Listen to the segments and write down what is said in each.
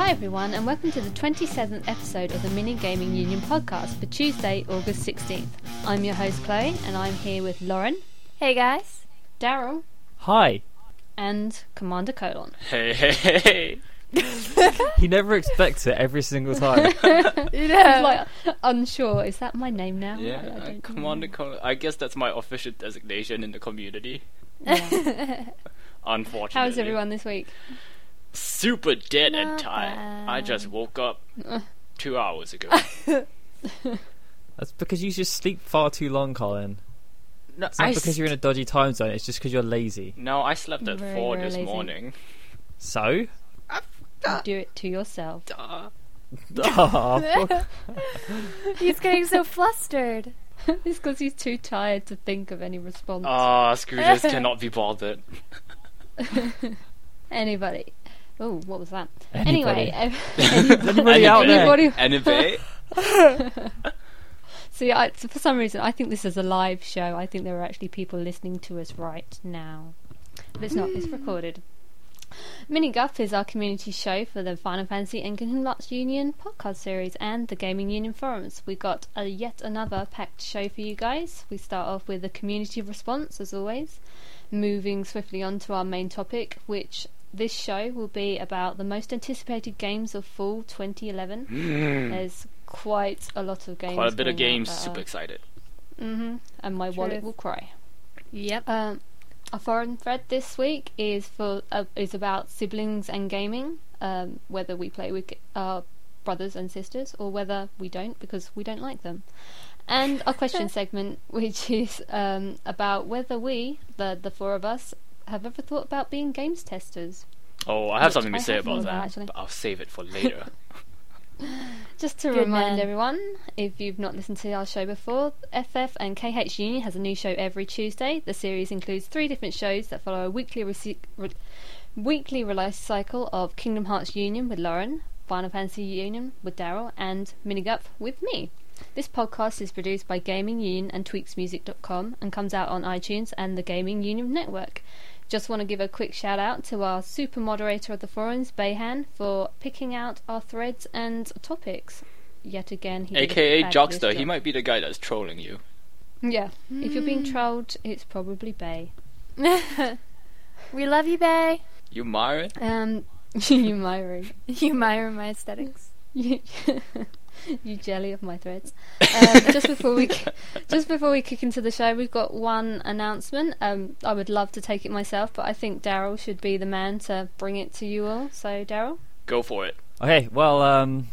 everyone, and welcome to the 27th episode of the Mini Gaming Union podcast for Tuesday, August 16th. I'm your host, Chloe, and I'm here with Lauren. Hey, guys. Daryl. Hi. And Commander Colon. Hey, hey, hey. He never expects it every single time. Yeah. like, unsure, is that my name now? Oh, I- I Yeah, uh, don't Commander Colin. I guess that's my official designation in the community. know. Yeah. Unfortunately. How's everyone this week? Super dead and Not tired. I just woke up two hours ago. That's because you just sleep far too long, Colin. no, It's not I because s- you're in a dodgy time zone, it's just because you're lazy. No, I slept at Very, four very this lazy. morning. So? You do it to yourself. Duh. Ah, fuck. He's getting so flustered. it's because he's too tired to think of any response. Ah, Scroogers cannot be bothered. Anybody. Oh, what was that? Anybody. Anyway, Anybody out there? Anybody- Anybody? See, I, so for some reason, I think this is a live show. I think there are actually people listening to us right now. But it's not, it's recorded. Mini Guff is our community show for the Final Fantasy and Kingdom Hearts Union podcast series and the Gaming Union forums. We got a yet another packed show for you guys. We start off with a community response, as always, moving swiftly on to our main topic, which this show will be about the most anticipated games of fall 2011. There's quite a lot of games. Hmm. Quite a bit of coming out games. that Super are- excited. hmm And my wallet Truth. will cry. Yep. Um, our forum thread this week is for uh, is about siblings and gaming. Um, whether we play with our brothers and sisters or whether we don't because we don't like them. And our question segment, which is um, about whether we, the the four of us, have ever thought about being games testers. Oh, I have Which something to I say have about thought about, that, actually. but I'll save it for later. Just to Good remind man. everyone, if you've not listened to our show before, FF and KH Union has a new show every Tuesday. The series includes three different shows that follow a weekly rece- re- weekly release cycle of Kingdom Hearts Union with Lauren, Final Fantasy Union with Daryl, and Minigup with me. This podcast is produced by Gaming Union and TweaksMusic.com and comes out on iTunes and the Gaming Union Network. Just want to give a quick shout out to our super moderator of the forums, Bayhan, for picking out our threads and topics. Yet again, he did a AKA fabulous Jockster, he job. might be the guy that's trolling you. Yeah, if you're being trolled, it's probably Bay. we love you, Bay. You Myron? Um, you Myri. You admire my aesthetics. you you jelly of my threads. Um, just before we just before we kick into the show, we've got one announcement. Um, I would love to take it myself, but I think Daryl should be the man to bring it to you all. So Daryl, Go for it. okay, well, um,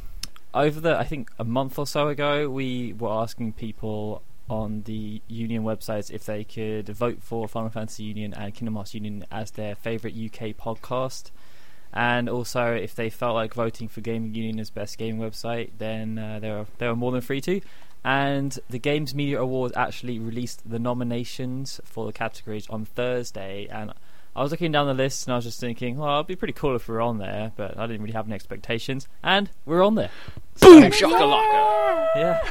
over the, I think a month or so ago, we were asking people on the Union websites if they could vote for Final Fantasy Union and Kingdom Hearts Union as their favourite UK podcast. and also if they felt like voting for Gaming Union as best gaming website, then uh, they were they were more than free to. And the Games Media Awards actually released the nominations for the categories on Thursday, and I was looking down the list and I was just thinking, well, it'd be pretty cool if we were on there, but I didn't really have any expectations, and we're on there. Boom, shakalaka. Yeah.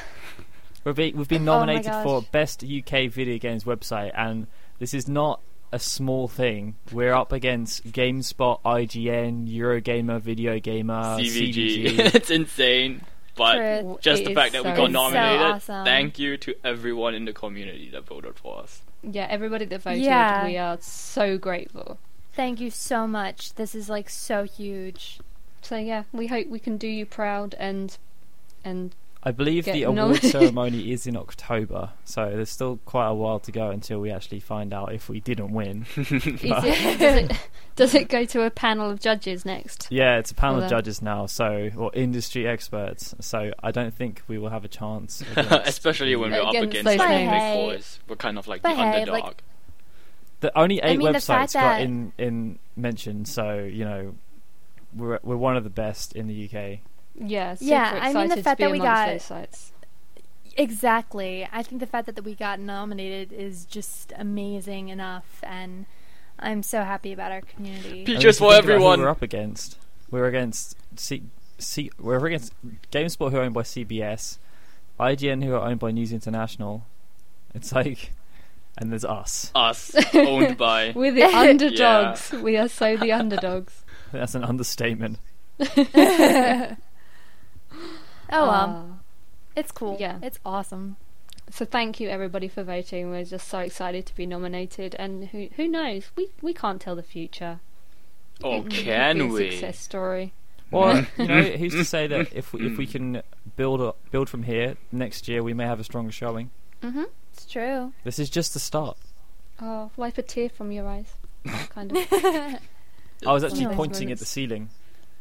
We've been, we've been Oh my nominated gosh. for Best UK Video Games Website, and this is not a small thing. We're up against GameSpot, IGN, Eurogamer, Video Gamer, CVG. CVG. it's insane. But Truth. w- just it the is fact that we so- got It's nom- so nominated, awesome. thank you to everyone in the community that voted for us. yeah, everybody that voted, Yeah. we are so grateful. Thank you so much. This is like so huge. So yeah, we hope we can do you proud and and I believe Get the award nominated. ceremony is in October, so there's still quite a while to go until we actually find out if we didn't win. is it, does it does it go to a panel of judges next? Yeah, it's a panel Although- of judges now, so or industry experts. So I don't think we will have a chance. against- Especially when we're up Against against those like, the names. big boys. We're kind of like But the hey, underdog. like- The only eight I mean, the websites fact got that- in in mention, so you know we're we're one of the best in the UK. Yeah, super Yeah, I excited mean, the to fact be that we amongst got- those sites. Exactly. I think the fact that we got nominated is just amazing enough, and I'm so happy about our community. I mean, Peaches if you for think about who everyone. We're up against. We're against C, C, we're against Gamespot, who are owned by CBS, IGN, who are owned by News International. It's like, and there's us. Us, owned by. We're the underdogs. We are so the underdogs. That's an understatement. oh well, Ah. it's cool. yeah. it's awesome. So thank you everybody for voting. We're just so excited to be nominated, and who who knows? We we can't tell the future. Or It could be Oh, can a we? Success story. Or you know, who's to say that if we, if we can build up, build from here next year, we may have a stronger showing. Mm-hmm. It's true. This is just the start. Oh, wipe a tear from your eyes, kind of. I was actually Nice pointing at moments. the ceiling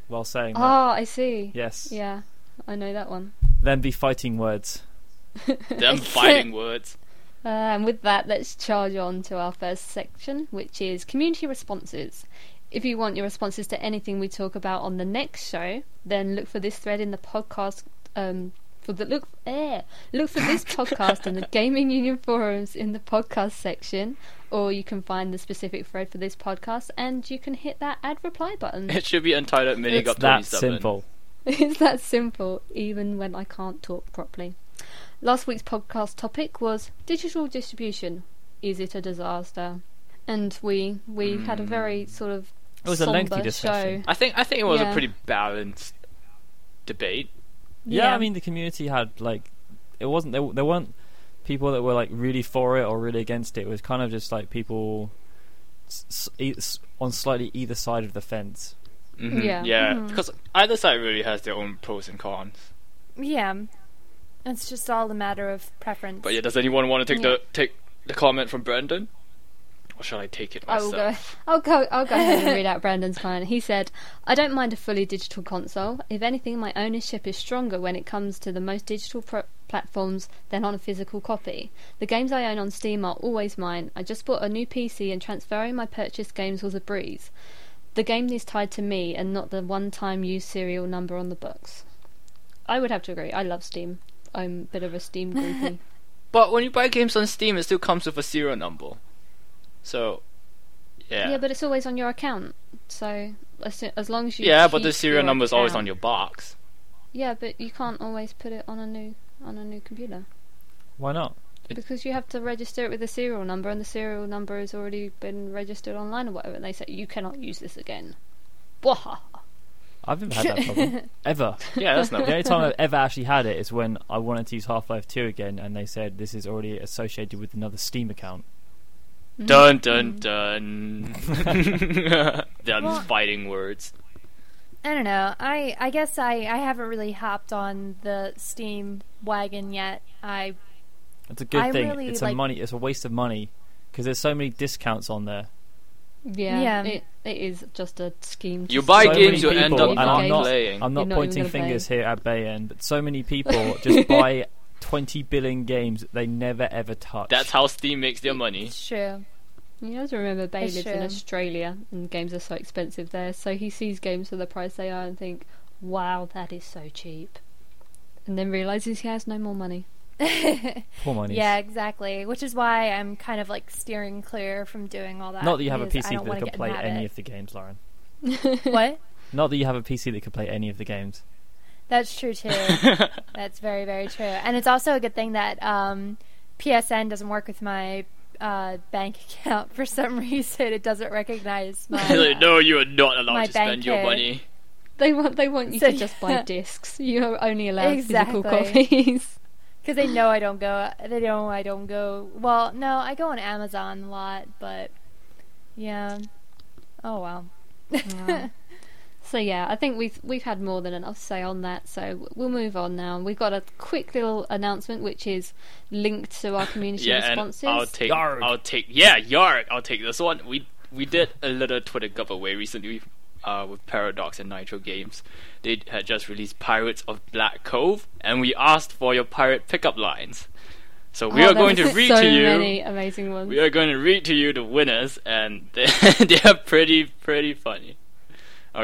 while saying that. Ah, I see. Yes. Yeah, I know that one. Then be fighting words. Them fighting words. Uh, and with that, let's charge on to our first section, which is community responses. If you want your responses to anything we talk about on the next show, then look for this thread in the podcast. Um, for the look, eh, look for this podcast in the Gaming Union forums in the podcast section, or you can find the specific thread for this podcast, and you can hit that add reply button. It should be entitled Mini It's Up that 27. simple. It's that simple, even when I can't talk properly. Last week's podcast topic was digital distribution. Is it a disaster? And we we had a very sort of Hmm. It was a somber lengthy discussion. show. I think I think it was Yeah. a pretty balanced debate. Yeah. Yeah. I mean the community had like it wasn't there. There weren't people that were like really for it or really against it. It was kind of just like people s- s- e- s- on slightly either side of the fence. Mhm, Yeah. Mm-hmm. Yeah. Because either side really has their own pros and cons. Yeah, it's just all a matter of preference. But yeah, does anyone want to take Yeah. the take the comment from Brandon? Or shall I take it I will myself? go. I'll go. I'll go ahead and read out Brandon's comment. He said, "I don't mind a fully digital console. If anything, my ownership is stronger when it comes to the most digital pro- platforms than on a physical copy. The games I own on Steam are always mine. I just bought a new PC, and transferring my purchased games was a breeze. The game is tied to me, and not the one-time use serial number on the box." I would have to agree. I love Steam. I'm a bit of a Steam groupie. But when you buy games on Steam, it still comes with a serial number. So, yeah. yeah, but it's always on your account. So as, soo- as long as you Yeah, but the keep serial your number is always account- on your box. Yeah, but you can't always put it on a new on a new computer Why not? because you have to register it with a serial number, and the serial number has already been registered online or whatever. And they say you cannot use this again. Bwahaha. I've never had that problem ever. Yeah, that's not The only time I've ever actually had it is when I wanted to use Half Life 2 again, and they said this is already associated with another Steam account. Dun dun dun. Done fighting words. I don't know. I I guess I I haven't really hopped on the Steam wagon yet. I It's a good I thing. really it's a like- money. It's a waste of money because there's so many discounts on there. Yeah, Yeah. It, it is just a scheme. to You buy so steal games, you many people's end people, up and games. not I'm not. playing. I'm You're not not pointing even gonna fingers here at Bayen, but so many people just buy 20 billing games that they never ever touch. That's how Steam makes their money. it's true. You have to remember, Bay It's lives in true. Australia, and games are so expensive there. So he sees games for the price they are and think, "Wow, that is so cheap," and then realizes he has no more money. poor money. Yeah, exactly. Which is why I'm kind of like steering clear from doing all that. Not that you have a because I PC don't that wanna can get in play the any habit. of the games, Lauren. what? Not that you have a PC that can play any of the games. That's true too. That's very very true. And it's also a good thing that um, PSN doesn't work with my uh, bank account for some reason. It doesn't recognize my. Like, uh, no, you are not allowed My to spend your banker. money. They want they want you So- to just buy discs. You're only allowed physical Exactly. copies. Because they know I don't go. They know I don't go. Well, no, I go on Amazon a lot, but yeah. Oh well. so yeah, I think we've we've had more than enough say on that. So we'll move on now. We've got a quick little announcement which is linked to our community Yeah, and responses. I'll take. Yarg. I'll take. Yeah, yarg. I'll take this one. We we did a little Twitter giveaway recently uh, with Paradox and Nitro Games. They had just released Pirates of Black Cove, and we asked for your pirate pickup lines. So we Oh, are going to there's read so to you. many amazing ones. We are going to read to you the winners, and they, they are pretty, pretty funny. All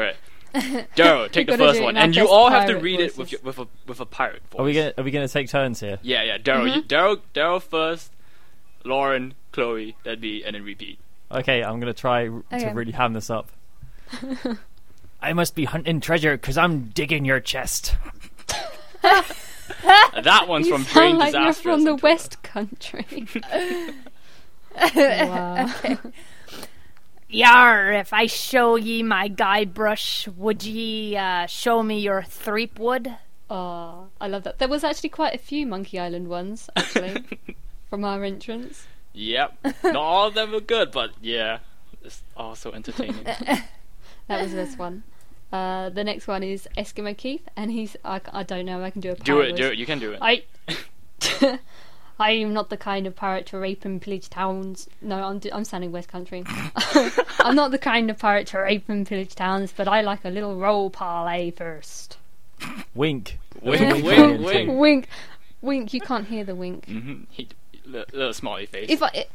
right, Daryl, take the gotta first do it one, in our and you best all have to pirate read it with voices. your, with a with a pirate voice. Are we gonna Are we gonna take turns here? Yeah, yeah. Daryl, Mm-hmm. you Daryl, Daryl first. Lauren, Chloe, that'd be, and then repeat. Okay, I'm gonna try r- Okay. to really ham this up. I must be hunting treasure because I'm digging your chest. And that one's you from Brain sound like you're Disaster. from the West Country. wow. Yar, if I show ye my guide brush, would ye uh, show me your threepwood? Ah, I love that. There was actually quite a few Monkey Island ones actually from our entrance. Yep. Not all of them were good, but yeah, it's also entertaining. That was this one. Uh, the next one is Eskimo Keith, and he's I, c- I don't know. I can do a do pirate it, do voice. it. You can do it. I. I am not the kind of pirate to rape and pillage towns. No, I'm do- I'm sounding West Country. I'm not the kind of pirate to rape and pillage towns, but I like a little roll parlay first. Wink. There was Wink, a wink, on the wink. end too. Wink, wink. You can't hear the wink. Mhm. He, li- little smiley face. If I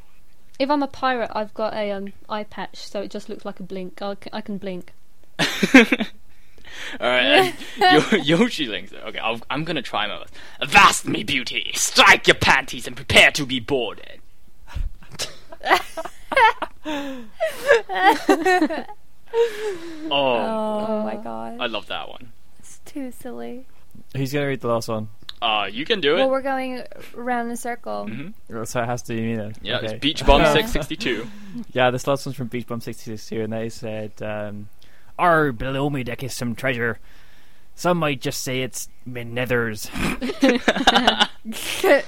if I'm a pirate, I've got a um, eye patch, so it just looks like a blink. I can, I can blink. All right, and Yo- Yoshi links. it. Okay, I'll, I'm gonna try my best. Avast me, beauty! Strike your panties and prepare to be boarded. oh, Oh my god. I love that one. It's too silly. Who's gonna read the last one? Uh, you can do it. Well, we're going around in a circle. Uh, So it has to be me then. yeah, Okay. it's Beach Bomb Yeah. 662. Yeah, this last one's from Beach Bum 662, and they said, um, "Arr, below me deck is some treasure. Some might just say it's my nethers.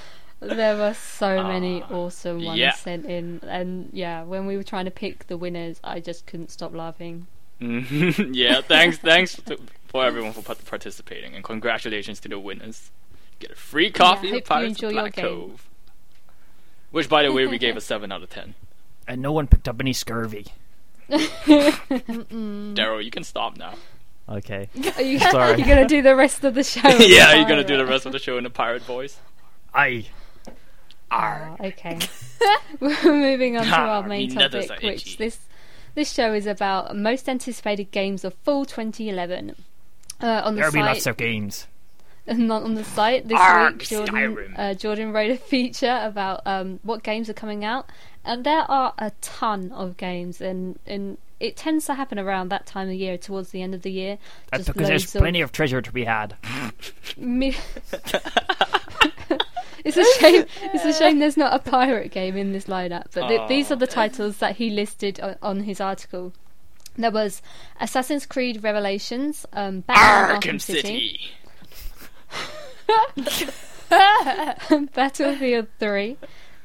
There were so many awesome ones Ah. yeah. sent in, and yeah, when we were trying to pick the winners, I just couldn't stop laughing. Mhm. yeah, thanks, thanks to, for everyone for part- participating, and congratulations to the winners. Get a free coffee hope you of Pirates enjoy of your Black game. Cove, which, by the way, we gave a seven out of ten. And no one picked up any scurvy." Daryl, you can stop now. Okay. Are you, Sorry. you gonna do the rest of the show? as a yeah, you're gonna do the pirate? rest of the show in a pirate voice. I. Ah, okay. We're moving on to our Ah, main me nethers topic, are which itchy. this this show is about most anticipated games of fall 2011. Uh, on the site, There'll be lots of games. not on the site this Arg, week. Jordan, Skyrim. uh, Jordan wrote a feature about um, what games are coming out, and there are a ton of games, and and it tends to happen around that time of year, towards the end of the year. That's Just because there's loads of plenty of treasure to be had. mi- it's a shame. It's a shame there's not a pirate game in this lineup. But th- these are the titles that he listed o- on his article. There was Assassin's Creed Revelations, um, Batman Arkham City. City. Battlefield 3,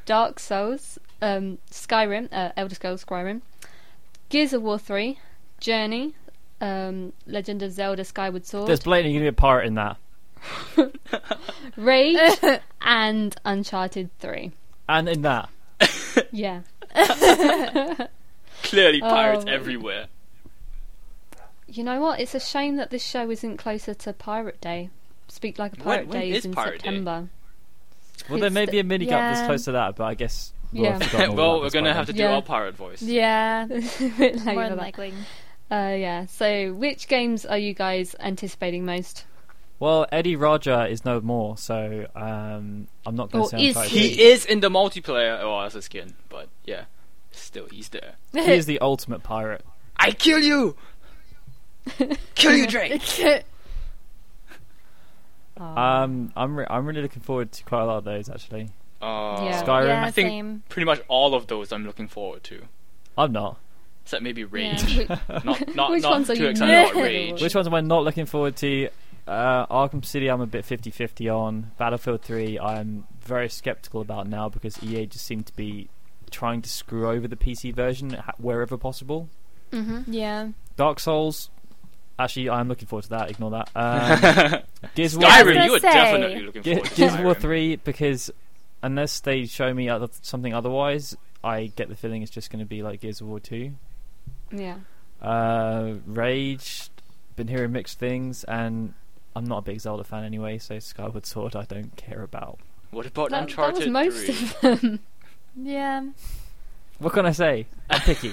Dark Souls, um, Skyrim, uh, Elder Scrolls Skyrim, Gears of War 3, Journey, um, Legend of Zelda Skyward Sword, There's blatantly gonna be a part in that. Rage, and Uncharted 3. And in that. Yeah. Clearly, pirates Oh. everywhere. You know what? It's a shame that this show isn't closer to Pirate Day. Speak Like a When- Pirate when Day is is in Pirate Day? September. Well, there It's may the- be a mini gap that's yeah. close to that, but I guess. we'll Yeah. have forgotten all well, about we're this gonna by have to then. do Yeah. our pirate voice. Yeah. It's a bit late More for than that. likely. Uh, yeah. So, which games are you guys anticipating most? Well, Eddie Roger is no more, so um, I'm not gonna Or sound is quite he? rude. He is in the multiplayer. Oh, that's a skin, but yeah, still he's there. He is the ultimate pirate. I kill you. kill you, Drake. Oh. Um, I'm re- I'm really looking forward to quite a lot of those actually. Oh, Yeah. Skyrim. Yeah, I think- same. pretty much all of those I'm looking forward to. I'm not. Except maybe Yeah. Rage. Not not Which not ones are too you excited not about gonna Rage. watch? Which ones am I not looking forward to? Uh, Arkham City, I'm a bit 50-50 on. Battlefield 3, I'm very skeptical about now because EA just seem to be trying to screw over the PC version ha- wherever possible. hmm Yeah. Dark Souls, actually, I'm looking forward to that. Ignore that. Um, Gears of War I was Skyrim, gonna you were say. definitely looking Ge- forward to Gears of War Skyrim. 3 because unless they show me other, something otherwise, I get the feeling it's just going to be like Gears of War 2. Yeah. Uh, Rage, been hearing mixed things, and I'm not a big Zelda fan anyway, so Skyward Sword I don't care about. What about That, that was Uncharted most 3? of them. Yeah. What can I say? I'm picky.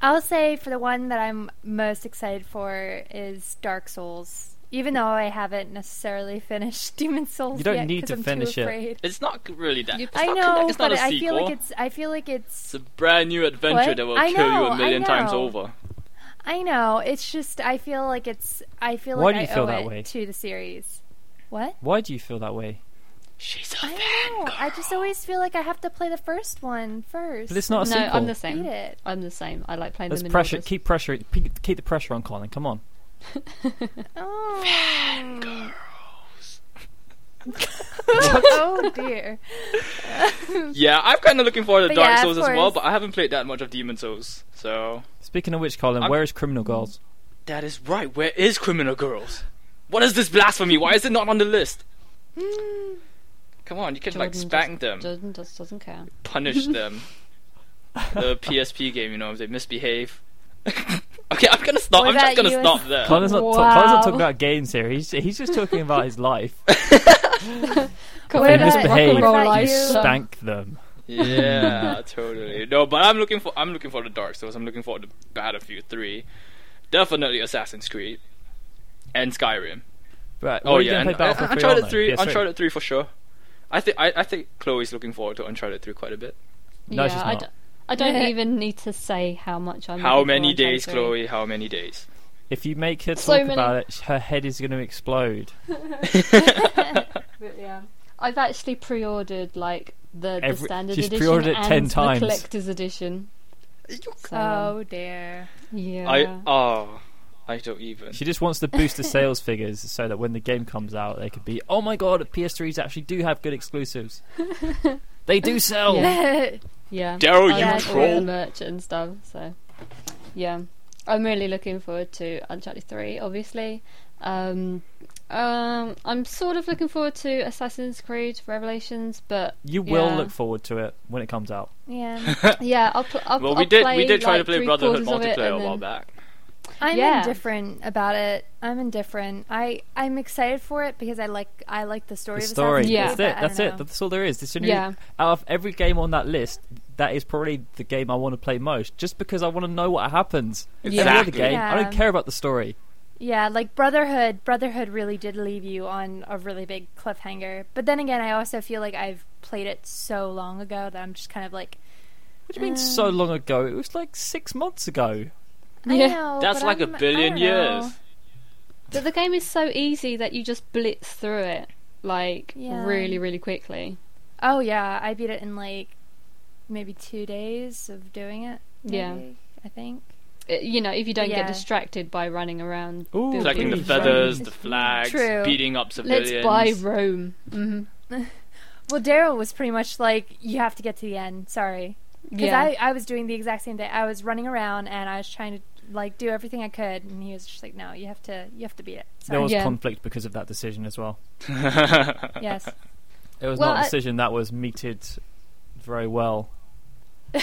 I'll say for the one that I'm most excited for is Dark Souls. Even though I haven't necessarily finished Demon Souls, You don't yet, need 'cause to I'm finish too it. afraid. It's not really that. You- it's I not, know, it's not but a I sequel. feel like it's. I feel like it's. It's a brand new adventure What? that will I kill you know, a I million times know. over. I know. It's just. I feel like it's. I feel Why like do you I feel owe that it way? to the series. What? Why do you feel that way? She's a I don't know. I just always feel like I have to play the first one first. But it's not a no, sequel. I'm the same. Beat it. I'm the same. I like playing Let's them in pressure. orders. Keep pressure. Keep keep the pressure on Colin. Come on. Oh. oh dear. Yeah, I'm kind of looking forward to But Dark yeah, of Souls as well, course. but I haven't played that much of Demon Souls, so Speaking of which, Colin, I'm- where is Criminal Girls? that is right. Where is Criminal Girls? What is this blasphemy? Why is it not on the list? Come on, you can Jordan like spank just- them, Jordan just doesn't care. punish them. the PSP game, you know, if they misbehave. okay, I'm gonna stop. What I'm just about gonna you? stop there. Colin's not, ta- Wow. Colin's not talking about games here. He's he's just talking about his life. What They about- misbehave. what about You you? spank them. yeah, totally. No, but I'm looking for I'm looking for the Dark Souls. I'm looking for the Battlefield Three, definitely Assassin's Creed, and Skyrim. Right. Oh what are you gonna yeah, and, play Battlefield and Uncharted on, Three. though? PS3? Uncharted Three for sure. I think I, I think Chloe's looking forward to Uncharted Three quite a bit. No, yeah, she's I not. d- I don't even need to say how much I'm. How looking for many on days, Uncharted. Chloe? How many days? If you make her talk So many- about it, her head is going to explode. I've actually pre-ordered like the, the Every- standard she's edition pre-ordered it and 10 times. the collector's edition. So, um, Oh dear. yeah. I oh, I don't even. She just wants to boost the sales figures so that when the game comes out, they could be, oh my god, PS3s actually do have good exclusives. they do sell. Yeah. yeah. Daryl, I you like all troll. the merch and stuff. So, yeah, I'm really looking forward to Uncharted Three. Obviously, um, um, I'm sort of looking forward to Assassin's Creed Revelations, but You will Yeah. look forward to it when it comes out. Yeah. yeah, I'll. Pl- I'll well, I'll we did Play, we did try like, to play three Brotherhood quarters of it multiplayer a and while then- back. I'm Yeah. indifferent about it. I'm indifferent. I I'm excited for it because I like I like the story. The of story. Assassin's Yeah. Creed, That's but it. I That's don't it. know. That's all there is. This only, Yeah. Out of every game on that list, that is probably the game I want to play most, just because I want to know what happens. Yeah. Every other Exactly. game, I Yeah. don't care about the story. Yeah, like Brotherhood. Brotherhood really did leave you on a really big cliffhanger. But then again, I also feel like I've played it so long ago that I'm just kind of like, What do you mean so long ago? It was like six months ago. I Yeah. know, That's but like I'm- a I billion don't years. know. But the game is so easy that you just blitz through it like Yeah. really, really quickly. Oh yeah, I beat it in like maybe two days of doing it. Yeah. maybe, I think. It- Uh, you know, if you don't Yeah. get distracted by running around, Ooh, building Collecting Ooh, the things. feathers, right. the flags, True. beating up civilians. Let's buy Rome. Mm-hmm. hmm Well, Daryl was pretty much like, you have to get to the end. Sorry, because Yeah. I I was doing the exact same thing. I was running around and I was trying to like do everything I could, and he was just like, no, you have to you have to beat it. There Sorry. was Yeah. conflict because of that decision as well. yes. It was Well, not a I- decision that was meted very well.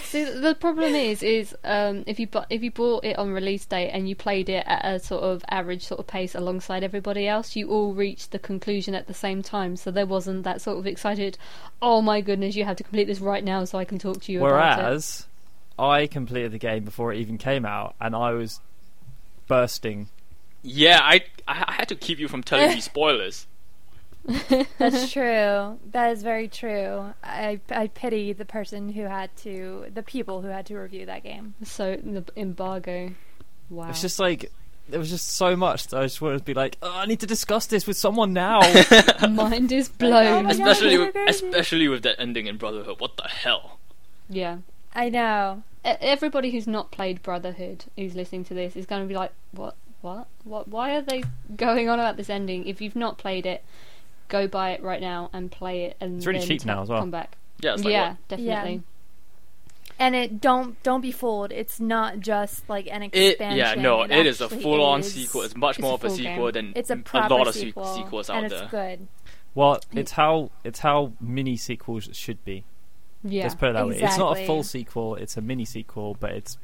See, the problem is, is um, if you bu- if you bought it on release date and you played it at a sort of average sort of pace alongside everybody else, you all reached the conclusion at the same time. So there wasn't that sort of excited, oh my goodness, you have to complete this right now so I can talk to you about it. Whereas I completed the game before it even came out, and I was bursting. yeah, I I I had to keep you from telling me spoilers. That's true. That is very true. I I pity the person who had to the people who had to review that game. So the embargo. Wow. It's just like there was just so much that I just wanted to be like, oh, I need to discuss this with someone now. Mind is blown. my God. especially that's with, crazy. especially with that ending in Brotherhood. What the hell? yeah. I know. E- Everybody who's not played Brotherhood who's listening to this is going to be like, what, what, what? Why are they going on about this ending? If you've not played it, go buy it right now and play it. And It's really then cheap t- now as well. Come back. Yeah, it's like yeah, what? definitely. And it don't don't be fooled. It's not just like an It, expansion. yeah, no, it is a actually full-on is- sequel. It's much it's more a of a full game. sequel than It's a a proper lot of se- sequel, sequels out and it's there. good. well, it's how it's how mini sequels should be. Yeah. Let's put it that way. It's not a exactly. full sequel; it's a mini sequel, but it's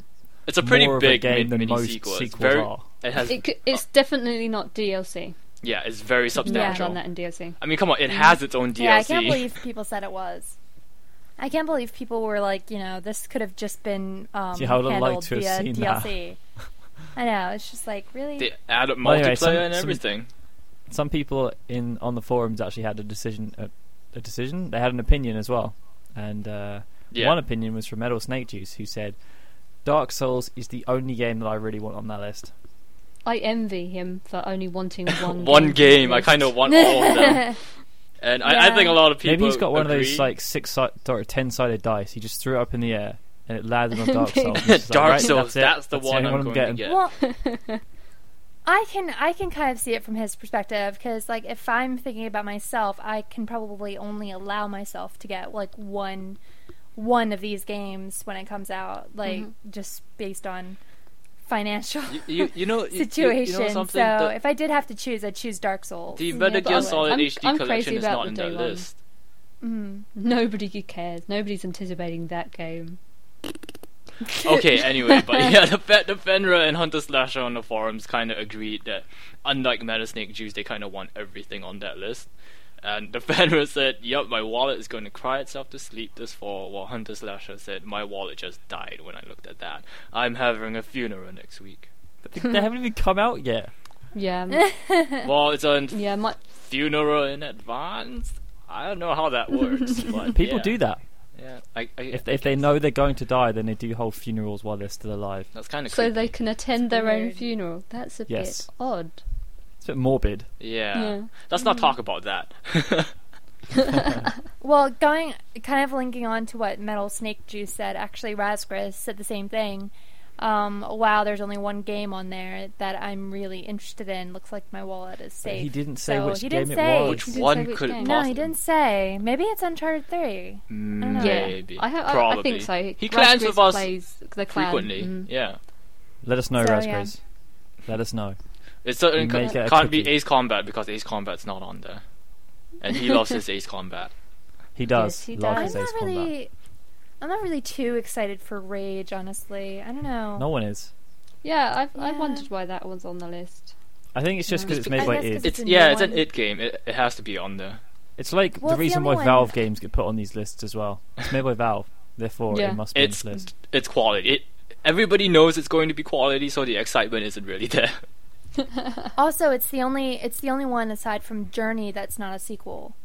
It's a pretty more of a big game mid- than mini most sequel. It's sequels very, are. it has, It, c- it's definitely not DLC. yeah, it's very Yeah, substantial. done that in DLC. I mean, come on, Mm. it has its own DLC. Yeah, I can't believe people said it was. I can't believe people were like, you know, this could have just been um, See, I would've liked handled to have via seen that. DLC. I know. It's just like really. they added multiplayer Well, anyway, some- and some- everything. some people in on the forums actually had a decision a, a decision they had an opinion as well and uh, Yeah. one opinion was from metal snake juice who said dark souls is the only game that i really want on that list I envy him for only wanting one. One game, I kind of want all of them. And I, I Yeah. think a lot of people Maybe he's got one of agree. those like six si- or ten sided dice. He just threw it up in the air and it landed on Dark Souls. He's just like, Dark right, Souls. That's, it. That's the one only I'm going to getting. get. Yeah. Well, I can I can kind of see it from his perspective because like if I'm thinking about myself, I can probably only allow myself to get like one one of these games when it comes out, like just based on financial you, you, you know you- you- you know situation. so something The- if I did have to choose, I'd choose Dark Souls. The Yeah, Metal but Gear I'm- Solid I'm- HD I'm collection crazy is about not the in day that one. list. Mm. Nobody who cares. Nobody's anticipating that game. okay, anyway, but yeah, the, Fe- the Fenra and Hunter Slasher on the forums kind of agreed that, unlike Meta Snake Juice, they kind of want everything on that list. And the Fenra said, Yup, my wallet is going to cry itself to sleep this fall, while Hunter Slasher said, My wallet just died when I looked at that. I'm having a funeral next week. They haven't even come out yet. Yeah, um, well, it's a yeah. My, funeral in advance? I don't know how that works, but People yeah, do that. Yeah, I, I, If if they know they're going to die, then they do whole funerals while they're still alive. that's kind of so they can attend their own Weird. funeral. That's a Yes. bit odd. It's a bit morbid. Yeah. Yeah. Mm. Let's not talk about that. Well, going kind of linking on to what Metal Snake Juice said, actually Razgris said the same thing. Um, wow, there's only one game on there that I'm really interested in. Looks like my wallet is But safe. he didn't say So which he game didn't it say. was. Which Didn't say one which could game. it no, he possibly- didn't say. Maybe it's Uncharted Three. don't know. Yeah. Maybe. I, ho- I, I Probably. think so. He Raspberries clans with us plays the clan. frequently. Mm. Yeah. Let us know, So, yeah. raspberries. Let us know. It certainly Make ca- it a can't be cookie. Ace Combat because Ace Combat's not on there. And he loves his Ace Combat. He does. Yes, he love does. I'm his Ace not really. Combat. I'm not really too excited for Rage, honestly. I don't know. No one is. Yeah, I've I've Yeah. wondered why that one's on the list. I think it's just because it's I made by guess 'cause id. It's It's, a new yeah, it's an one. it game. It, it has to be on there. It's like Well, it's the the reason only why one- Valve games get put on these lists as well. It's made by Valve, therefore Yeah. it must be It's on this list. it's quality. It, everybody knows it's going to be quality, so the excitement isn't really there. Also, it's the only it's the only one aside from Journey that's not a sequel,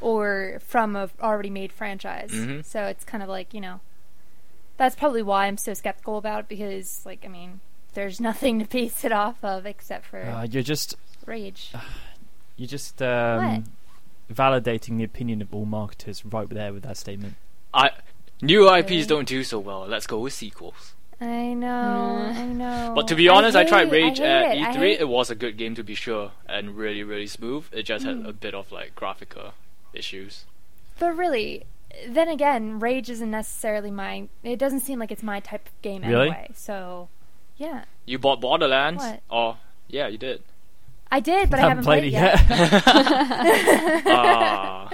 or from a already made franchise. Mhm. So it's kind of like you know, that's probably why I'm so skeptical about it because like I mean, there's nothing to base it off of except for Uh, you're just Rage. you're just um, validating the opinion of all marketers right there with that statement. I new Really? IPs don't do so well. Let's go with sequels. I know, Mm. Oh, I know. But to be honest, I, tried hate- Rage I hate at E it, I E3. hate- It was a good game to be sure, and really, really smooth. It just had a bit of like graphical issues. But really, then again, Rage isn't necessarily my. It doesn't seem like it's my type of game Really? anyway. So, yeah, You bought Borderlands? What? Oh, yeah, you did. I did, but I haven't played, it yet. Ah,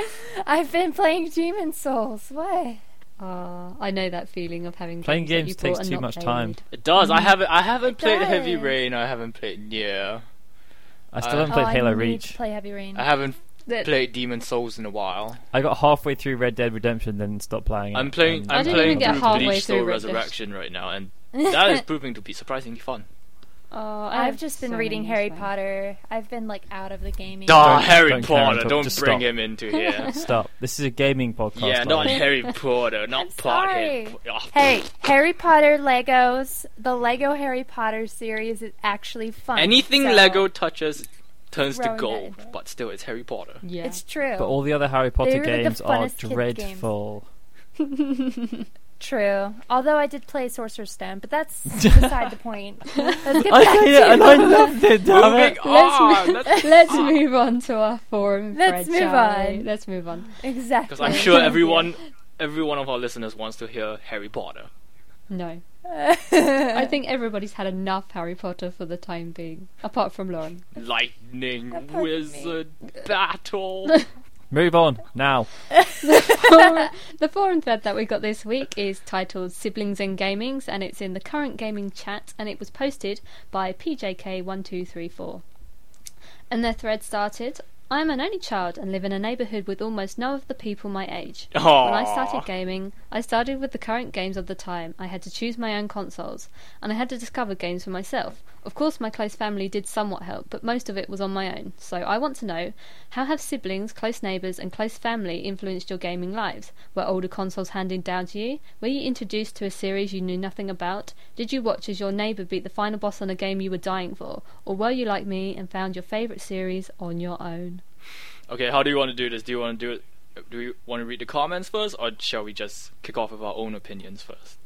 I've been playing Demon Souls. What? Ah, I know that feeling of having Playing games, games that you bought and takes too not much played. time. it does. I haven't. I haven't It played Heavy does. Rain. I haven't played Nier. I still Uh, haven't played oh, I Halo need Reach. To play Heavy Rain. I haven't That- played Demon Souls in a while. I got halfway through Red Dead Redemption, then stopped playing. it, I'm playing. and- I I'm didn't playing even get through halfway Bleach Soul through Red Dead. Resurrection right now, and that is proving to be surprisingly fun. Oh, I I've have just so been reading many Harry as well. Potter. I've been like out of the gaming. Duh, Don't- Harry don't carry on Potter. talk- Don't bring just stop. him into here. Stop. This is a gaming podcast. yeah, not not a- Harry Potter. I'm Not sorry. Potter. Oh, Hey, Harry Potter Legos. The Lego Harry Potter series is actually fun. Anything so- Lego touches turns to Throwing that gold, in there. but still, it's Harry Potter. Yeah. It's true. But all the other Harry Potter They're the games are funnest kids' games. dreadful. True. Although I did play Sorcerer's Stone, but that's beside the point. Let's get I back hate to- it, and I loved it. Damn Moving it. on. Let's, let's- let's move on to our forum. thread, Let's move shall we? on. Let's move on. Exactly. Because I'm sure everyone, every one of our listeners wants to hear Harry Potter. No. Uh, I think everybody's had enough Harry Potter for the time being, apart from Lauren. Lightning, pardon me. wizard, battle. Move on now. the forum thread that we got this week is titled Siblings and Gamings, and it's in the current gaming chat, and it was posted by PJK1234. And their thread started I am an only child and live in a neighbourhood with almost none of the people my age. When I started gaming, I started with the current games of the time. I had to choose my own consoles, and I had to discover games for myself. Of course, my close family did somewhat help, but most of it was on my own. So I want to know how have siblings, close neighbours, and close family influenced your gaming lives? Were older consoles handed down to you? Were you introduced to a series you knew nothing about? Did you watch as your neighbour beat the final boss on a game you were dying for? Or were you like me and found your favourite series on your own? Okay, how do you want to do this? Do you want to do it? Do you want to read the comments first, or shall we just kick off with our own opinions first?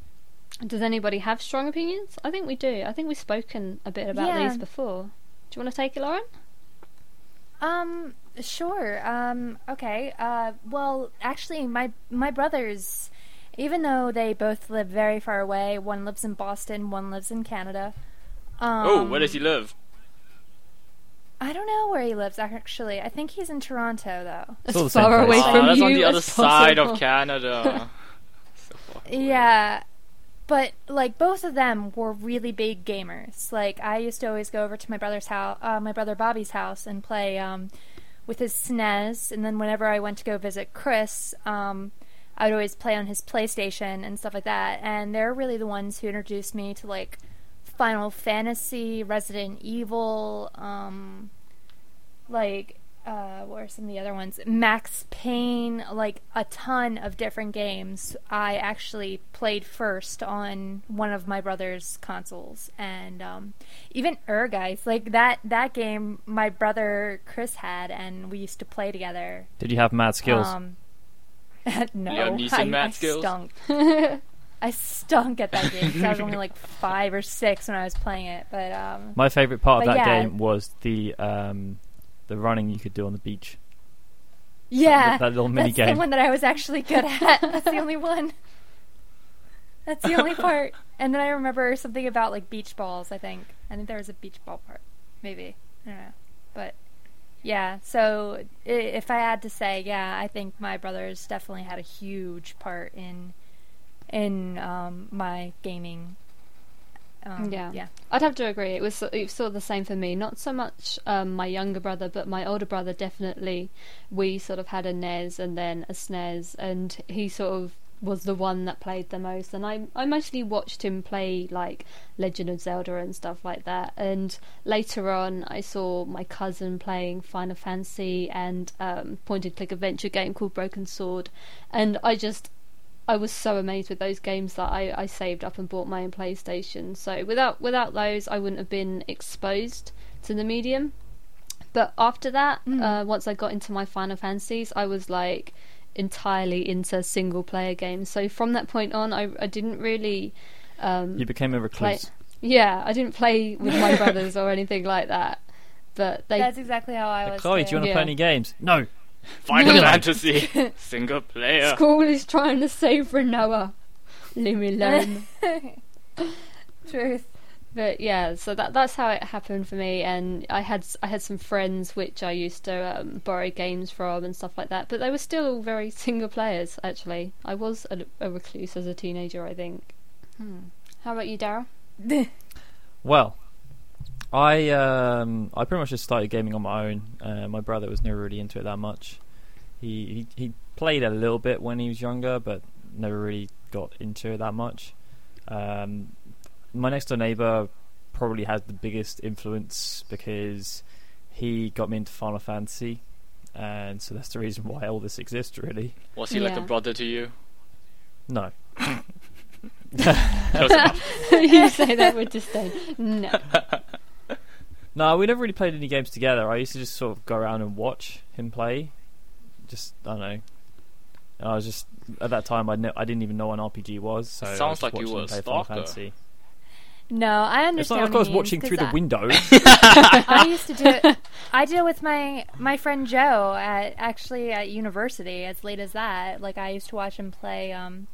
Does anybody have strong opinions? I think we do. I think we've spoken a bit about Yeah. these before. Do you want to take it, Lauren? Um, sure. Um, okay. Uh, well, actually, my my brothers, even though they both live very far away, one lives in Boston, one lives in Canada. Um, oh, where does he live? I don't know where he lives actually. I think he's in Toronto though. As all the same far away place. Ah, from that's you on the as other side possible. of Canada. So far away. Yeah. But like both of them were really big gamers. Like I used to always go over to my brother's house, uh, my brother Bobby's house, and play um, with his SNES. And then whenever I went to go visit Chris, um, I would always play on his PlayStation and stuff like that. And they're really the ones who introduced me to like Final Fantasy, Resident Evil, um, like uh, what are some of the other ones? Max Payne, like a ton of different games. I actually played first on one of my brother's consoles, and um, even Erguys, like that that game my brother Chris had, and we used to play together. Did you have mad skills? Um, no, Liam Neeson I, math I skills? stunk. I stunk at that game. 'cause I was only like five or six when I was playing it, but um, My favourite part of but that yeah. game was the um, the running you could do on the beach. Yeah, That- that little mini that's game. the one that I was actually good at. That's the only one. That's the only part. And then I remember something about like beach balls. I think I think there was a beach ball part, maybe. I don't know, but yeah. So i- if I had to say, yeah, I think my brothers definitely had a huge part in in um, my gaming. Um, Yeah. yeah. I'd have to agree. It was it was sort of the same for me. Not so much um, my younger brother, but my older brother definitely. We sort of had a NES and then a SNES, and he sort of was the one that played the most. And I I mostly watched him play like Legend of Zelda and stuff like that. And later on, I saw my cousin playing Final Fantasy and um, point and click adventure game called Broken Sword, and I just I was so amazed with those games that I, I saved up and bought my own PlayStation. So without without those, I wouldn't have been exposed to the medium. But after that, uh, once I got into my Final Fantasies, I was like entirely into single player games. So from that point on, I, I didn't really um, You became a play. recluse. Yeah, I didn't play with my brothers or anything like that. But they That's exactly how I Like, was. Chloe, do you too. want to Yeah. play any games? No. Final Fantasy single player. school is trying to save for Noah. Leave me alone. Truth. But yeah, so that that's how it happened for me, and I had I had some friends which I used to um, borrow games from and stuff like that. But they were still all very single players. Actually, I was a, a recluse as a teenager. I think. Hmm. How about you, Daryl? Well, I um, I pretty much just started gaming on my own. Uh, my brother was never really into it that much. He, he he played a little bit when he was younger, but never really got into it that much. Um, my next door neighbor probably had the biggest influence because he got me into Final Fantasy, and so that's the reason why all this exists. Really, Was he like a Yeah. brother to you? no, Close enough. you say that with disdain. No. No, we never really played any games together. I used to just sort of go around and watch him play. Just I don't know. And I was just at that time I ne- I didn't even know what an RPG was. So I was Sounds just like you watching were him a play Final stalker. Fantasy. No, I understand. It's not like what I he was means, watching 'cause through the I- window. I used to do it. I did it with my my friend Joe at actually at university. As late as that, like I used to watch him play um,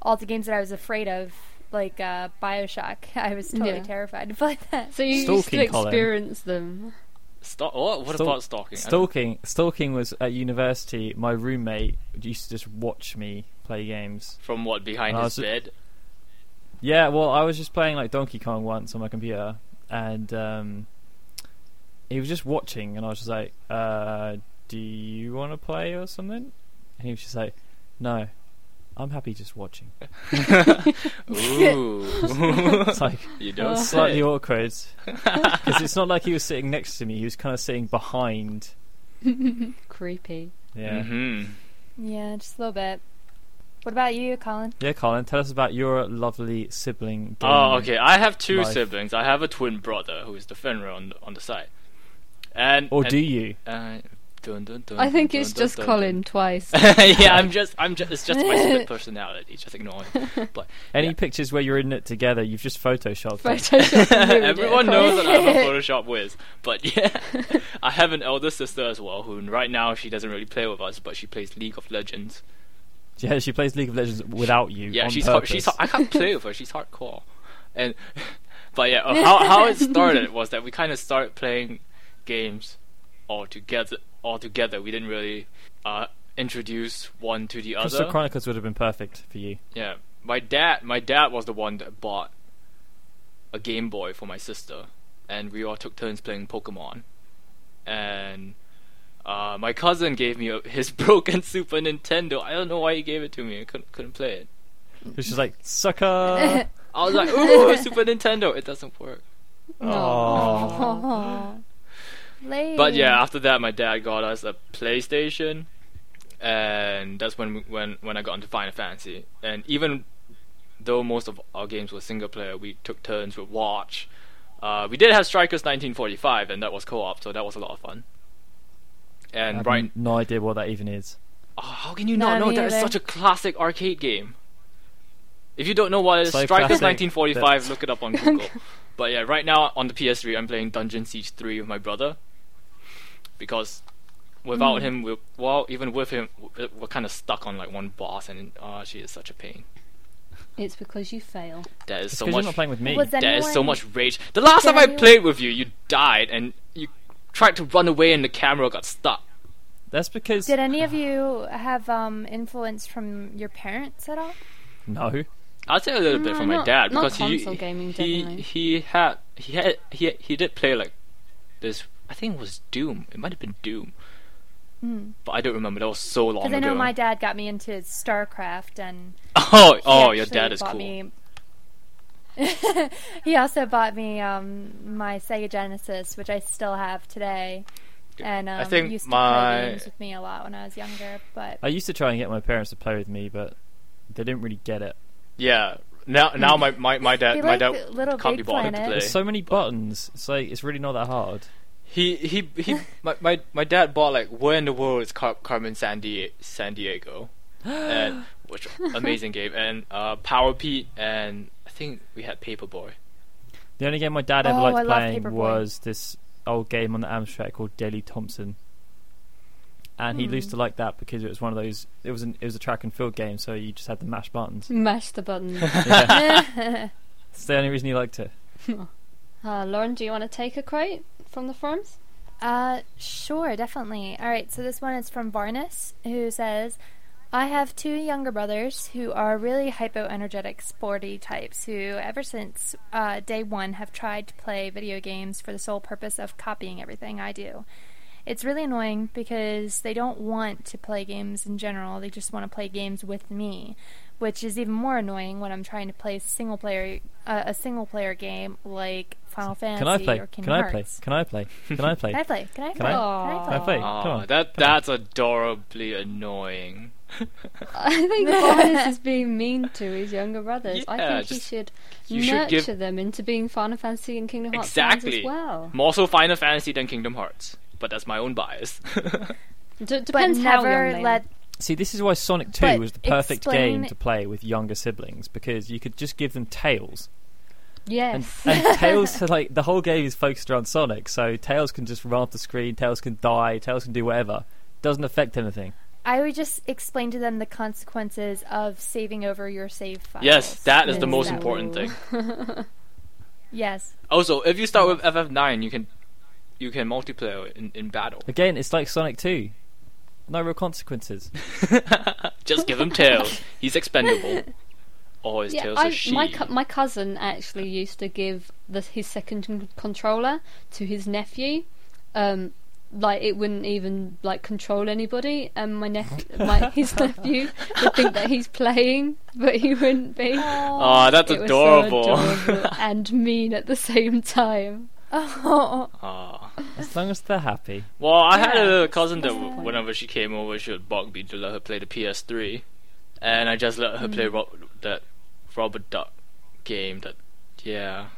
all the games that I was afraid of, like uh, Bioshock. I was totally Yeah. terrified to play that. So you used to Stalking, Colin. experience them. Stalk- what what Stalk- about stalking? I don't- stalking, stalking was at university. My roommate used to just watch me play games. From what behind Uh, his so- bed? Yeah, well, I was just playing like Donkey Kong once on my computer, and um, he was just watching, and I was just like, uh, "Do you want to play or something?" And he was just like, "No, I'm happy just watching." Ooh, It's like you don't slightly say. awkward because it's not like he was sitting next to me; he was kind of sitting behind. Creepy. Yeah, hmm Yeah, just a little bit. What about you, Colin? yeah. Colin, tell us about your lovely sibling. Oh, gaming. okay. I have two life. siblings. I have a twin brother who is the Fenrir on the, on the side, and Or and- do you? Uh, Dun, dun, dun, I think dun, it's dun, just dun, Colin twice. dun. yeah, I'm just, I'm just, it's just my split personality. Just ignore it. But Any Yeah. pictures where you're in it together, you've just photoshopped. it. Photoshop and ruined it, Colin. Everyone knows that I'm a Photoshop whiz, but yeah, I have an elder sister as well, who right now she doesn't really play with us, but she plays League of Legends. Yeah, she plays League of Legends without you. Yeah, on she's hard, purpose. she's hard, I can't play with her. She's hardcore, and but yeah, uh, how how it started was that we kind of started playing games all together. All together, we didn't really uh, introduce one to the Crystal other. Chronicles would have been perfect for you. yeah, my dad, my dad was the one that bought a Game Boy for my sister, and we all took turns playing Pokemon, and. Uh, my cousin gave me a, his broken Super Nintendo. I don't know why he gave it to me. I couldn't couldn't play it. It's just like sucker. I was like, ooh, Super Nintendo. It doesn't work. Aw. Oh. Lame. But yeah, after that, my dad got us a PlayStation, and that's when when when I got into Final Fantasy. And even though most of our games were single player, we took turns with Watch. Uh, we did have Strikers 1945, and that was co-op, so that was a lot of fun. I And have right, no idea what that even is. oh, how can you not No, know me that is either. such a classic arcade game? If you don't know what it is, So Strikers classic 1945, look it up on Google. but yeah, right now on the PS3, I'm playing Dungeon Siege 3 with my brother because without Hmm. him, we well, even with him, we're- we're kind of stuck on like one boss, and oh, she is such a pain. It's because you fail. There is It's so 'cause much. you're not playing with me. Was that- there is so Anyone- much rage. The last Did time I anyone- played with you, you died, and you tried to run away, and the camera got stuck. That's because Did any of you have um, influence from your parents at all? no. I'd say a little bit No, from my not- dad not because he console gaming, he definitely. he had he had he he did play like this. I think it was Doom. It might have been Doom, Mm. but I don't remember. That was so Oh, long Because ago. I know my dad got me into StarCraft, and oh, he oh, your actually dad is bought cool. me- he also bought me um, my Sega Genesis, which I still have today, and um, I think used to my- play games with me a lot when I was younger. But I used to try and get my parents to play with me, but they didn't really get it. Yeah. Now, now my, my, my dad He my liked dad the Little can't be Big bothered to Planet. play. There's so many buttons. It's like it's really not that hard. He he he. my, my my dad bought like where in the world is Car- Carmen San, Die- San Diego, and which amazing game and uh, Power Pete and I think we had Paperboy. The only game my dad ever Oh, I liked love playing Paperboy. was this old game on the Amstrad called Daily Thompson. And Hmm. he used to like that because it was one of those. It was an, it was a track and field game, so you just had to mash Hmm. buttons. Mash the button. Yeah. it's the only reason he liked it. Uh, Lauren, do you want to take a quote from the forums? Uh, sure, definitely. All right, so this one is from Varnus, who says, I have two younger brothers who are really hypoenergetic, sporty types who, ever since uh, day one, have tried to play video games for the sole purpose of copying everything I do. It's really annoying because they don't want to play games in general, they just want to play games with me, which is even more annoying when I'm trying to play single player uh, a single player game like Final Fantasy Can I play? or Kingdom Can I play? Hearts. Can I play? Can I play? Can I play? Can I play? Can I? Can Can I play? Aw, Come on, Oh, that that's adorably annoying. I think Boris is being mean to his younger brothers. I Yeah, think he just- should you should nurture give- them into being Final Fantasy and Kingdom Hearts fans Exactly. as well. More so Final Fantasy than Kingdom Hearts, but that's my own bias. D- But depends how never young they let. are. See, this is why Sonic 2 But was the perfect explain- game to play with younger siblings because you could just give them Tails. And, Yes. and Tails, like, the whole game is focused around Sonic, so Tails can just run off the screen, Tails can die, Tails can do whatever. Doesn't affect anything. I would just explain to them the consequences of saving over your save files. yes, that is the Yes, most that- important thing. Yes. Also, if you start with FF9, you can you can multiplayer in, in battle. Again, it's like Sonic 2. No real consequences. Just give him tails. He's expendable. Or his tails are she. my cu- my cousin actually used to give the, his second con- controller to his nephew. Um, like it wouldn't even like control anybody, and my nep- my his nephew would think that he's playing, but he wouldn't be. Aw, that's It was so adorable. adorable and mean at the same time. Oh. Aw. As long as they're happy. Well, I had a Yeah, little it's- cousin that it's not- whenever she came over, she would bug me to let her play the PS3, and I just let her Mm. play Rob- that Robert Duck game. That yeah,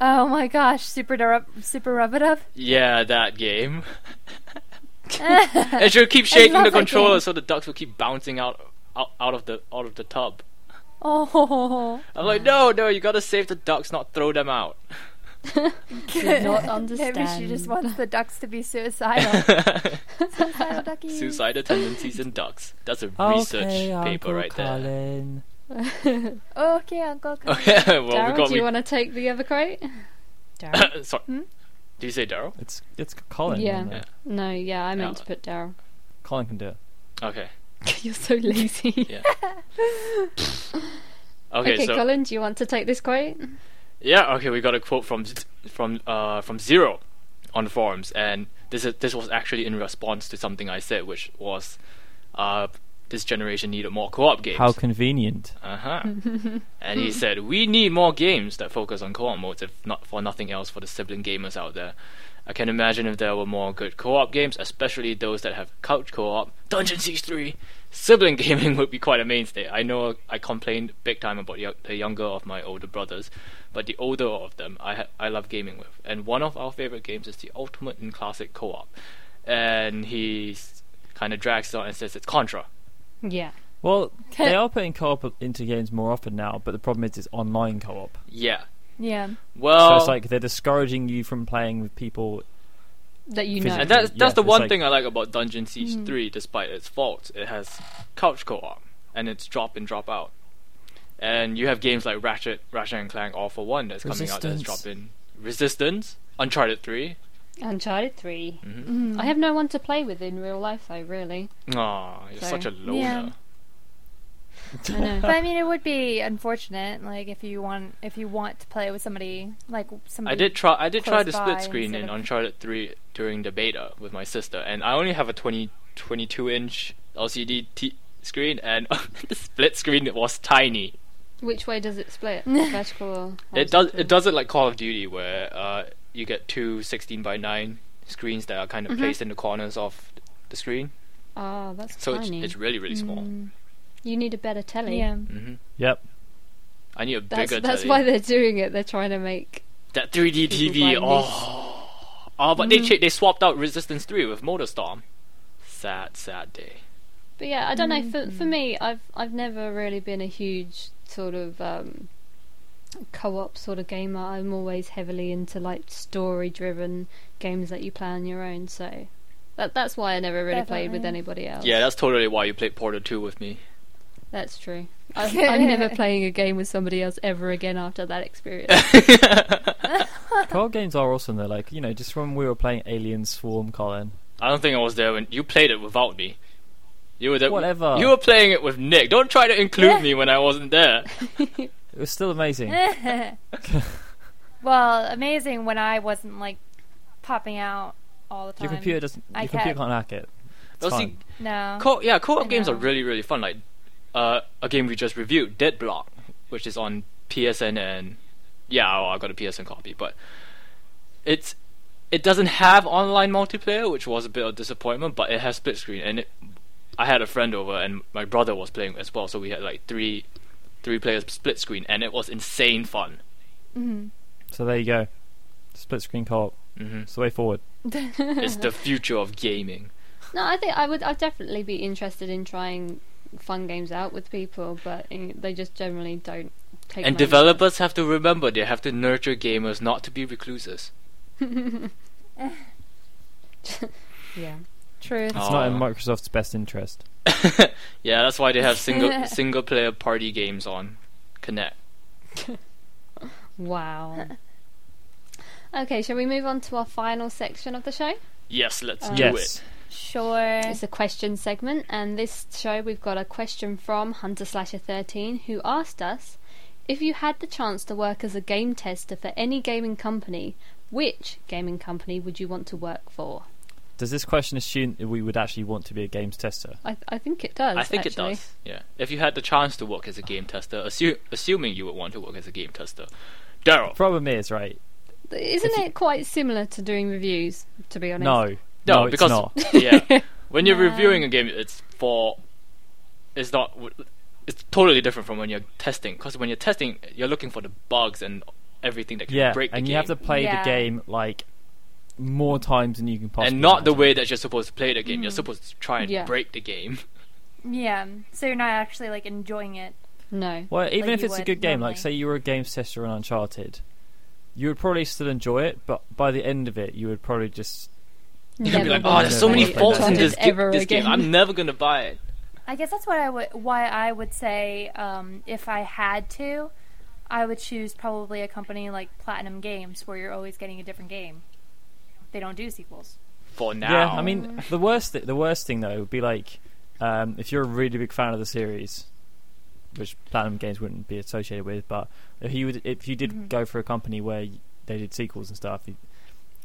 Oh my gosh, super dur- super rub it up. yeah, that game. and she'll keep It shaking smells the like controller ink. so the ducks will keep bouncing out, out out of the out of the tub. Oh, I'm Mm. like, no, no, you gotta save the ducks, not throw them out. Did not Maybe she understand. just wants the ducks to be suicidal. suicidal duckies. Suicidal tendencies in ducks. That's a research paper right there. Okay, Uncle. Colin. Okay, well, we Daryl, got do you want to take the other crate? Darren. me. Sorry. Hmm? Did you say Daryl? It's it's Colin. Yeah. on there. No, yeah, I meant Yeah. to put Daryl. Colin can do it. Okay. You're so lazy. Yeah. Okay, Okay, so Colin, do you want to take this crate? yeah, okay, we got a quote from Z- from uh from Zero on the forums, and this is this was actually in response to something I said, which was, uh, this generation needed more co-op games. How convenient. Uh huh. and he said, "We need more games that focus on co-op modes, if not for nothing else, for the sibling gamers out there. I can imagine if there were more good co-op games, especially those that have couch co-op. Dungeon Siege Three, sibling gaming would be quite a mainstay. I know I complained big time about yo- the younger of my older brothers, but the older of them, I ha- I love gaming with, and one of our favorite games is the Ultimate and Classic Co-op. And he kind of drags it on and says it's Contra. Yeah. Well, they are putting co-op into games more often now, but the problem is it's online co-op. Yeah. Yeah. Well, So it's like they're discouraging you from playing with people. That you Physical. know. And that's Yeah, that's the it's one like- thing I like about Dungeon Siege Hmm. Three, despite its faults, it has couch co-op and it's drop in drop out. And you have games like Ratchet, Ratchet and Clank All for One that's coming out that's Resistance. drop in Resistance, Uncharted Three. Uncharted 3. Mm-hmm. I have no one to play with in real life, though, really. Aw, you're Sorry. such a loner. Yeah. Mm-hmm. I know. But I mean, it would be unfortunate, like if you want if you want to play with somebody, like somebody. I did try. I did try close the by split screen instead in of- Uncharted Three during the beta with my sister, and I only have a 20, 22 inch LCD t- screen, and the split screen was tiny. Which way does it split? Vertical or It does. horizontal? It does it like Call of Duty, where uh, you get two 16 by 9 screens that are kind Mm-hmm. of placed in the corners of the screen. Ah, that's So it's, tiny. it's really really small. Mm. You need a better telly. Yeah. hmm Yep. I need a That's, bigger. that's telly. why they're doing it. They're trying to make. that 3D people TV. buy Mm. these. Oh, oh, but they cha- they swapped out Resistance 3 with Motorstorm. Sad, sad day. But yeah, I don't know. For for me, I've I've never really been a huge sort of um, co-op sort of gamer. I'm always heavily into like story-driven games that you play on your own. So that that's why I never really played with Definitely. anybody else. Yeah, that's totally why you played Portal 2 with me. that's true. I, I'm never playing a game with somebody else ever again after that experience. co-op games are awesome. They're like you know, just when we were playing Alien Swarm, Colin. I don't think I was there when you played it without me. You were there. Whatever. You were playing it with Nick. Don't try to include me when I wasn't there. It was still amazing. Well, amazing when I wasn't like popping out all the time. Your computer doesn't. Your I computer can't- can't hack it. It's Well, see, fine. No. Co- yeah, I co-op games are know. really really fun. Like uh, a game we just reviewed, Dead Block, which is on PSN and yeah, well, I got a PSN copy, but it's it doesn't have online multiplayer, which was a bit of disappointment, but it has split screen and it, I had a friend over and my brother was playing as well, so we had like three three players split screen and it was insane fun. Mm-hmm. So there you go. Split screen co-op. Mhm. It's the way forward. it's the future of gaming. No, I think I would. I'd definitely be interested in trying fun games out with people, but eh, they just generally don't take. And my- developers have to remember they have to nurture gamers not to be recluses. Yeah. Truth. It's not in Aw. Microsoft's best interest. Yeah, that's why they have single single player party games on Connect. Wow. okay, shall we move on to our final section of the show? Yes, let's Um, do yes. it. Sure. It's a question segment, and this show we've got a question from Hunter Slasher Thirteen, who asked us if you had the chance to work as a game tester for any gaming company. Which gaming company would you want to work for? Does this question assume that we would actually want to be a games tester? I, I think it does. I think actually. it does. Yeah, if you had the chance to work as a game tester, assu- assuming you would want to work as a game tester, Daryl. Problem is, right? Isn't it quite similar to doing reviews? To be honest, No. No, it's because not. yeah, when you're Yeah. reviewing a game, it's for it's not it's totally different from when you're testing. Because when you're testing, you're looking for the bugs and everything that can Yeah, break the and game. you have to play Yeah. the game like more times than you can possibly. and not the imagine. way that you're supposed to play the game. You're supposed to try and Yeah. break the game. Yeah. So you're not actually like enjoying it. No. Well, even like if you it's a would good game, normally. like say you were a game tester on Uncharted, you would probably still enjoy it, but by the end of it, you would probably just. You're gonna be Never like, want oh, to there's so play many Uncharted faults in this, ga- ever this game. again." I'm never gonna buy it. I guess that's what I would. Why I would say, um, if I had to, I would choose probably a company like Platinum Games, where you're always getting a different game. They don't do sequels. For now, Yeah, I mean, the worst th- the worst thing though would be like um, if you're a really big fan of the series, which Platinum Games wouldn't be associated with, but if you would, if you did Mhm. go for a company where y- they did sequels and stuff, you-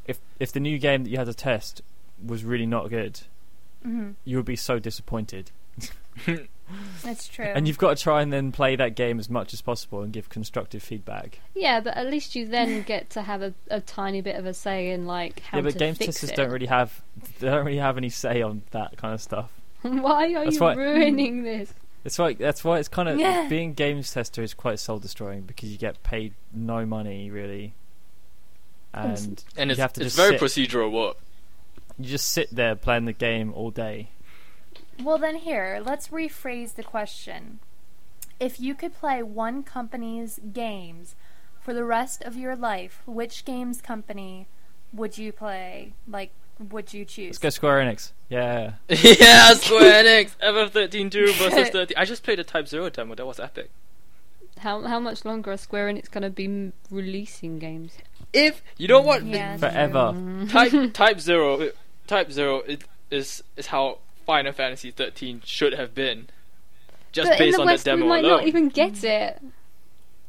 if if the new game that you had to test was really not good, Mm-hmm. you would be so disappointed. That's true. And you've got to try and then play that game as much as possible and give constructive feedback. Yeah, but at least you then get to have a, a tiny bit of a say in like how yeah, but to game fix testers it. don't really have they don't really have any say on that kind of stuff. Why are That's you why- ruining this? It's like that's why it's kind of Yeah. being games tester is quite soul destroying because you get paid no money really, and you and it's, have to just it's very sit, procedural work. you just sit there playing the game all day. Well, then here, let's rephrase the question. If you could play one company's games for the rest of your life, which games company would you play? Like, would you choose? Let's go Square Enix. Yeah, yeah, Square Enix FF13 2 versus 13. I just played a Type Zero demo. That was epic. How how much longer are Square Enix going to be m- releasing games? Um, If you know what Yeah. forever. Type Type Zero, Type Zero is is, is how Final Fantasy 13 should have been, just but in based the on West, the demo we might alone. not even get it.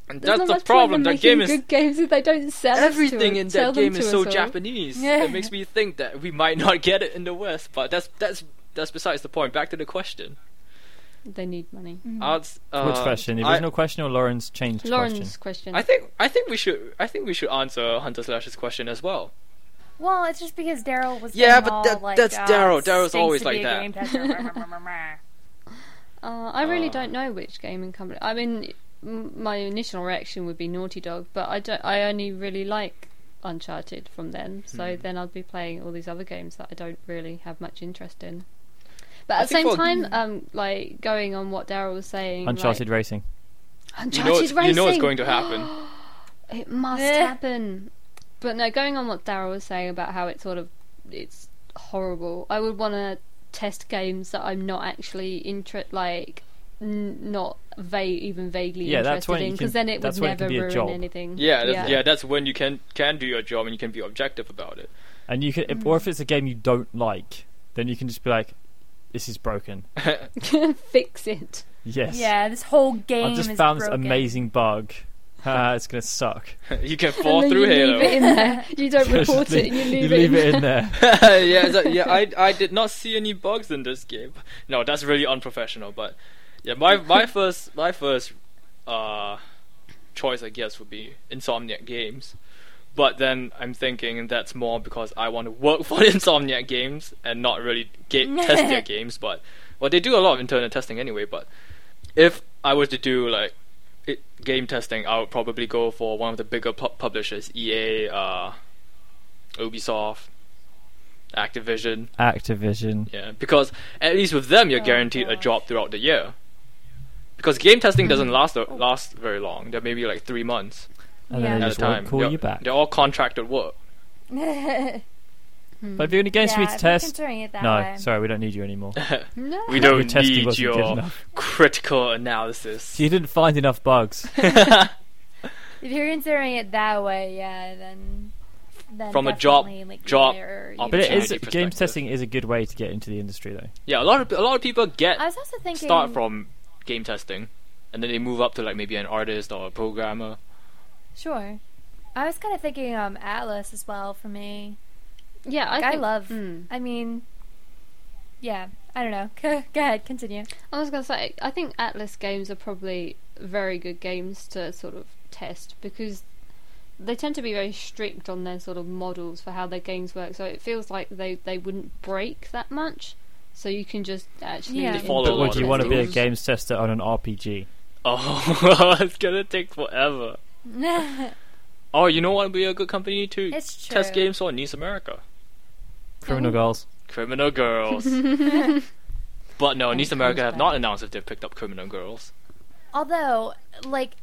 and There's that's not the much point in problem. That making game is good games if they don't sell us to everything us- in sell that them game to is so us all. Japanese. Yeah. It makes me think that we might not get it in the West, but that's that's that's besides the point. Back to the question. They need money. Mm-hmm. Odds, uh, Which question? The I- original question or Lauren's changed question? Lauren's question. I think I think we should I think we should answer Hunter Slash's question as well. Well, it's just because Daryl was. Yeah, getting but all, that- like, that's uh, Daryl. Daryl's stinks always to like be a that. game tester. Uh, I really Uh. don't know which gaming company. I mean, m- my initial reaction would be Naughty Dog, but I don't. I only really like Uncharted from them, so Hmm. then I'd be playing all these other games that I don't really have much interest in. But at I the think same for- time, um, like going on what Daryl was saying, Uncharted like, Racing. You know, it's, Uncharted you know it's Racing! going to happen. It must Eh. happen. But no, going on what Daryl was saying about how it's sort of it's horrible. I would want to test games that I'm not actually inter like n- not va- even vaguely Yeah, that's interested when in you can- because then it would that's when it can never be a ruin job. anything. yeah, that's, yeah, that's when you can can do your job and you can be objective about it. And you can, if, or if it's a game you don't like, then you can just be like, "This is broken." fix it. Yes. yeah, this whole game. I've just is found this broken. amazing bug. Ah, it's gonna suck. you can fall and then through you leave it Halo. in there. You don't Just report it. leave- You leave, you leave it. it in there. yeah, so, yeah. I I did not see any bugs in this game. No, that's really unprofessional. But yeah, my my first my first uh choice, I guess, would be Insomniac Games. But then I'm thinking that's more because I want to work for Insomniac Games and not really ga- test their games. But well, they do a lot of internal testing anyway. But if I was to do like it, game testing, I would probably go for one of the bigger pu- publishers, EA, uh, Ubisoft, Activision. Activision. Yeah, because at least with them, you're Oh, guaranteed a gosh. Mm-hmm. job throughout the year. Because game testing doesn't last Oh. last very long. They're maybe like three months And Yeah. then they at a just won't time. call they're, you back. They're all contracted work. But have you any games for me Yeah, to if you're test? considering it that No, way. sorry, we don't need you anymore. No. We Your don't testing need wasn't good your enough. critical analysis. You didn't find enough bugs. If you're considering it that way, yeah, then. then From a job- definitely, like, job either you- but it is Opportunity games perspective. testing is a good way to get into the industry though. Yeah, a lot of a lot of people get I was also thinking. start from game testing, and then they move up to like maybe an artist or a programmer. Sure. I was kind of thinking um, Atlas as well for me. Yeah, I, Like, I, think- love. Mm. I mean, yeah. I don't know. Go ahead, continue. I was gonna say, I think Atlas games are probably very good games to sort of test because they tend to be very strict on their sort of models for how their games work. So it feels like they they wouldn't break that much. So you can just actually Yeah. They follow But a would lot you of want to be a rules. games tester on an RPG? Oh, it's gonna take forever. Oh, you know what would be a good company to It's test true. games for? News America. Criminal Girls. Criminal Girls. but no, News America have not announced if they've picked up Criminal Girls. Although, like,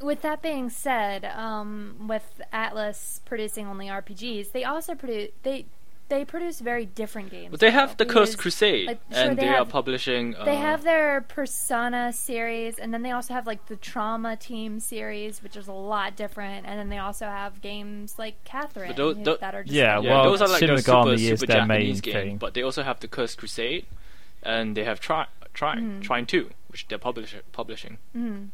with that being said, um, with Atlas producing only RPGs, they also produce they they produce very different games. But they though, have The because- Cursed Crusade, like, sure, and they they, are have- publishing. Uh, They have their Persona series, and then they also have like the Trauma Team series, which is a lot different. And then they also have games like Catherine But tho- who- tho- that are just Yeah, like, Yeah, well, those are like Shin the super, Megami is super their main Japanese game, thing. but they also have The Cursed Crusade, and they have Try, Try, Trine Two, which they're publish- publishing. mm.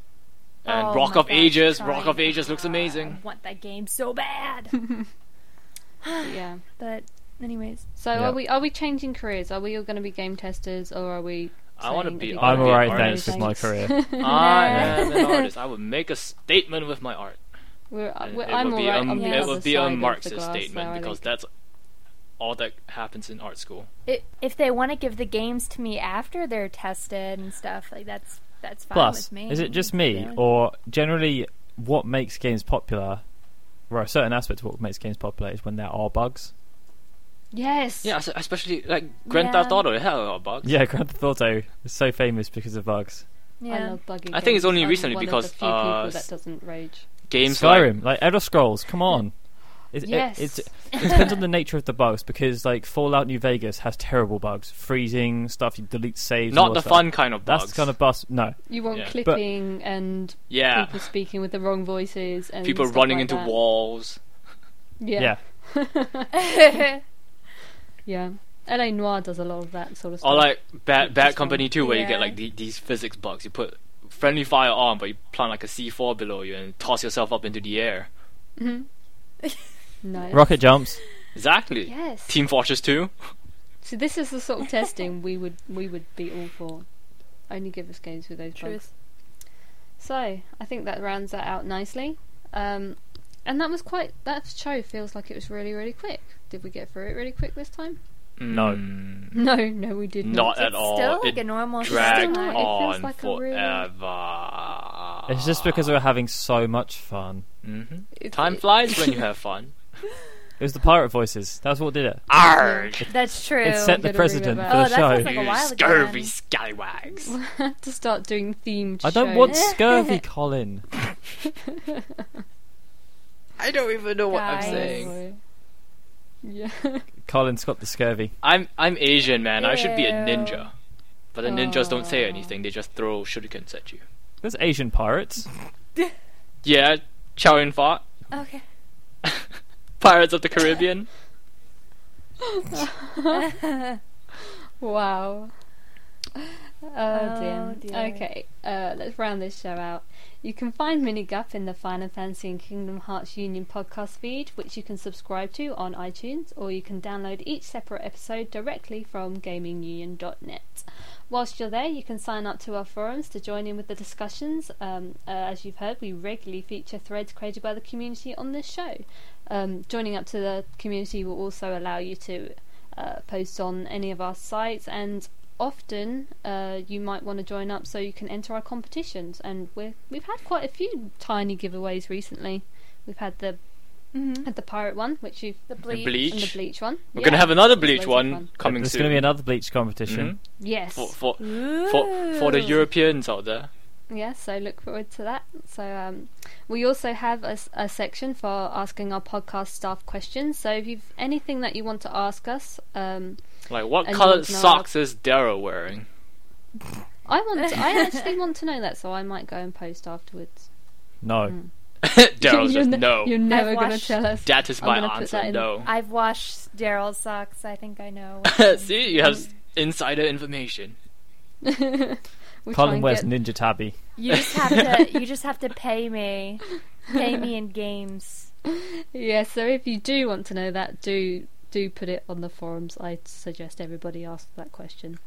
And Oh Rock my of gosh, Ages, Trine. Rock of Ages looks Ah, amazing. I want that game so bad. yeah. but anyways, So Yeah. are we are we changing careers? Are we all going to be game testers, or are we? I wanna saying be- if you I'm can Yeah, alright, do thanks, with my things? career. I Nah. am an artist. I would make a statement with my art. We're, uh, And we're, it I'm would all be right a, on the yeah. other it would be side a of the Marxist glass, statement though, I because think. that's all that happens in art school. i if they want to give the games to me after they're tested and stuff, like that's that's fine Plus, with me. is it just me, Yeah. or generally what makes games popular, or a certain aspect of what makes games popular is when there are bugs? yes. Yeah, es- especially like Grand Yeah. Theft Auto. It had a lot of bugs. Yeah, Grand Theft Auto is so famous because of bugs. I Yeah. love bugging. I think games. it's only I'm recently one because, of the few uh, people that doesn't rage. Games Skyrim, like like Elder Scrolls, come on. It, it- Yes. it's, it depends on the nature of the bugs because like Fallout New Vegas has terrible bugs, freezing stuff, you delete saves. and all not that the stuff. fun kind of That's bugs. the kind of bus. No, You want Yeah. But- clipping and yeah, people speaking with the wrong voices and people stuff running like into that. walls. Yeah. yeah, Yeah. LA Noir does a lot of that sort of stuff. Or like Bad Just Bad one. Company too, where you Yeah. get like the, these physics bugs. You put friendly fire on, but you plant like a C four below you and toss yourself up into the air. no. rocket jumps. Exactly. Yes. Team Fortress Two. So this is the sort of testing we would we would be all for. Only give us games with those bugs. Truth. So I think that rounds that out nicely. Um, and that was quite that show feels like it was really really quick. Did we get through it really quick this time? No. Mm, No, no, we did not. Not at It's all. Still like It a normal Still Dragged not. It time. feels on like a real- forever. It's just because we were having so much fun. hmm It- Time it- flies when you have fun. It was the pirate voices. That's what did it. Arg! That's true. It set the gotta remember precedent for that. the Oh, that show. sounds like a You while ago scurvy then. scallywags. to start doing themed. I don't shows. want scurvy, Colin. I don't even know what Guys. I'm saying. Yeah. Colin's got the scurvy. I'm I'm Asian man. I should be a Ew. ninja, but the ninjas don't say Aw. anything. They just throw shurikens at you. There's Asian pirates. Yeah, Chow Yun Fat, Okay. Pirates of the Caribbean. Wow. Oh, Oh, dear. dear. Okay, uh, let's round this show out. You can find Minigup in the Final Fantasy and Kingdom Hearts Union podcast feed, which you can subscribe to on iTunes, or you can download each separate episode directly from gamingunion.net. Whilst you're there, you can sign up to our forums to join in with the discussions. Um, uh, as you've heard, we regularly feature threads created by the community on this show. Um, joining up to the community will also allow you to uh, post on any of our sites, and often uh, you might want to join up so you can enter our competitions. And we're, we've had quite a few tiny giveaways recently. We've had the Mhm. had the pirate one, which you The bleep. bleach. and the bleach one. We're gonna have another bleach one coming There's soon. going to be another bleach competition. Mhm. Yes. for for for for the Ooh. Europeans out there. Yeah, so look forward to that. So um, we also have a, s- a section for asking our podcast staff questions. So if you've anything that you want to ask us, um, Like what And colored you've not- socks is Daryl wearing? I want, to, I actually want to know that, so I might go and post afterwards. Mm-hmm. No. Daryl's You're just ne- no. You're never I've going to watched- tell us. That is I'm my gonna put that answer. in. No. I've washed Daryl's socks. I think I know. See, you have insider information. We'll try Colin and wears get- Ninja Tabby. You just have to. You just have to pay me. Pay me in games. Yeah, so if you do want to know that, do do put it on the forums. I suggest everybody ask that question.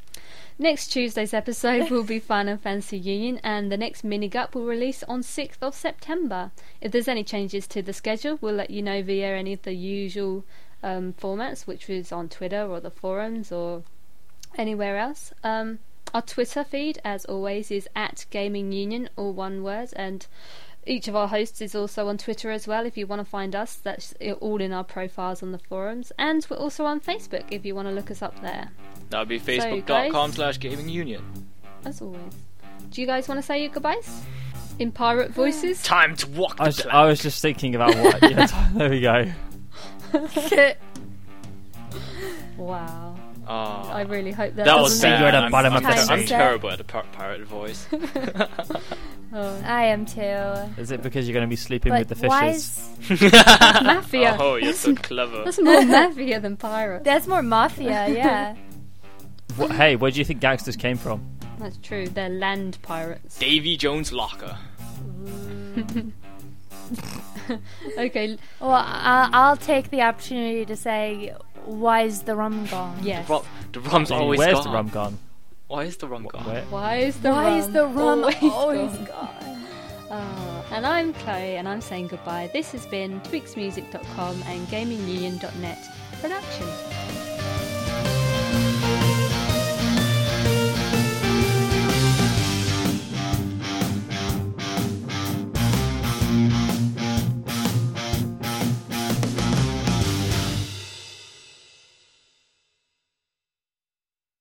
Next Tuesday's episode will be Final Fantasy Union, and the next mini gup will release on 6th of September. If there's any changes to the schedule, we'll let you know via any of the usual um, formats, which is on Twitter or the forums or anywhere else. Um, our Twitter feed, as always, is at Gaming Union, all one word, and Each of our hosts is also on Twitter as well. If you want to find us, that's all in our profiles on the forums, and we're also on Facebook if you want to look us up there. That would be facebook.com slash gaming union. As always, do you guys want to say your goodbyes in pirate voices? Time to walk the I was, plank. I was just thinking about what. Yeah, there we go. Wow, Aw. I really hope that, that was doesn't bad. you're at the I'm, bottom of Ah. I'm the ter- I'm sea. terrible at the par- pirate voice. I am too. Is it because you're going to be sleeping with But the fishes? why is- mafia. Oh, you're so clever. That's more mafia than pirate. That's more mafia, yeah. Wh- hey, where do you think gangsters came from? That's true. They're land pirates. Davy Jones Locker. Okay. l- Well, I'll, I'll take the opportunity to say, why is the rum gone? Yes. Rum- the rum's always Where's gone. the rum gone? Why is the rum gone? Where? Why is the Why rum is the rum always, gone? gone? Ah, and I'm Chloe, and I'm saying goodbye. This has been TwixMusic.com and GamingUnion.net production.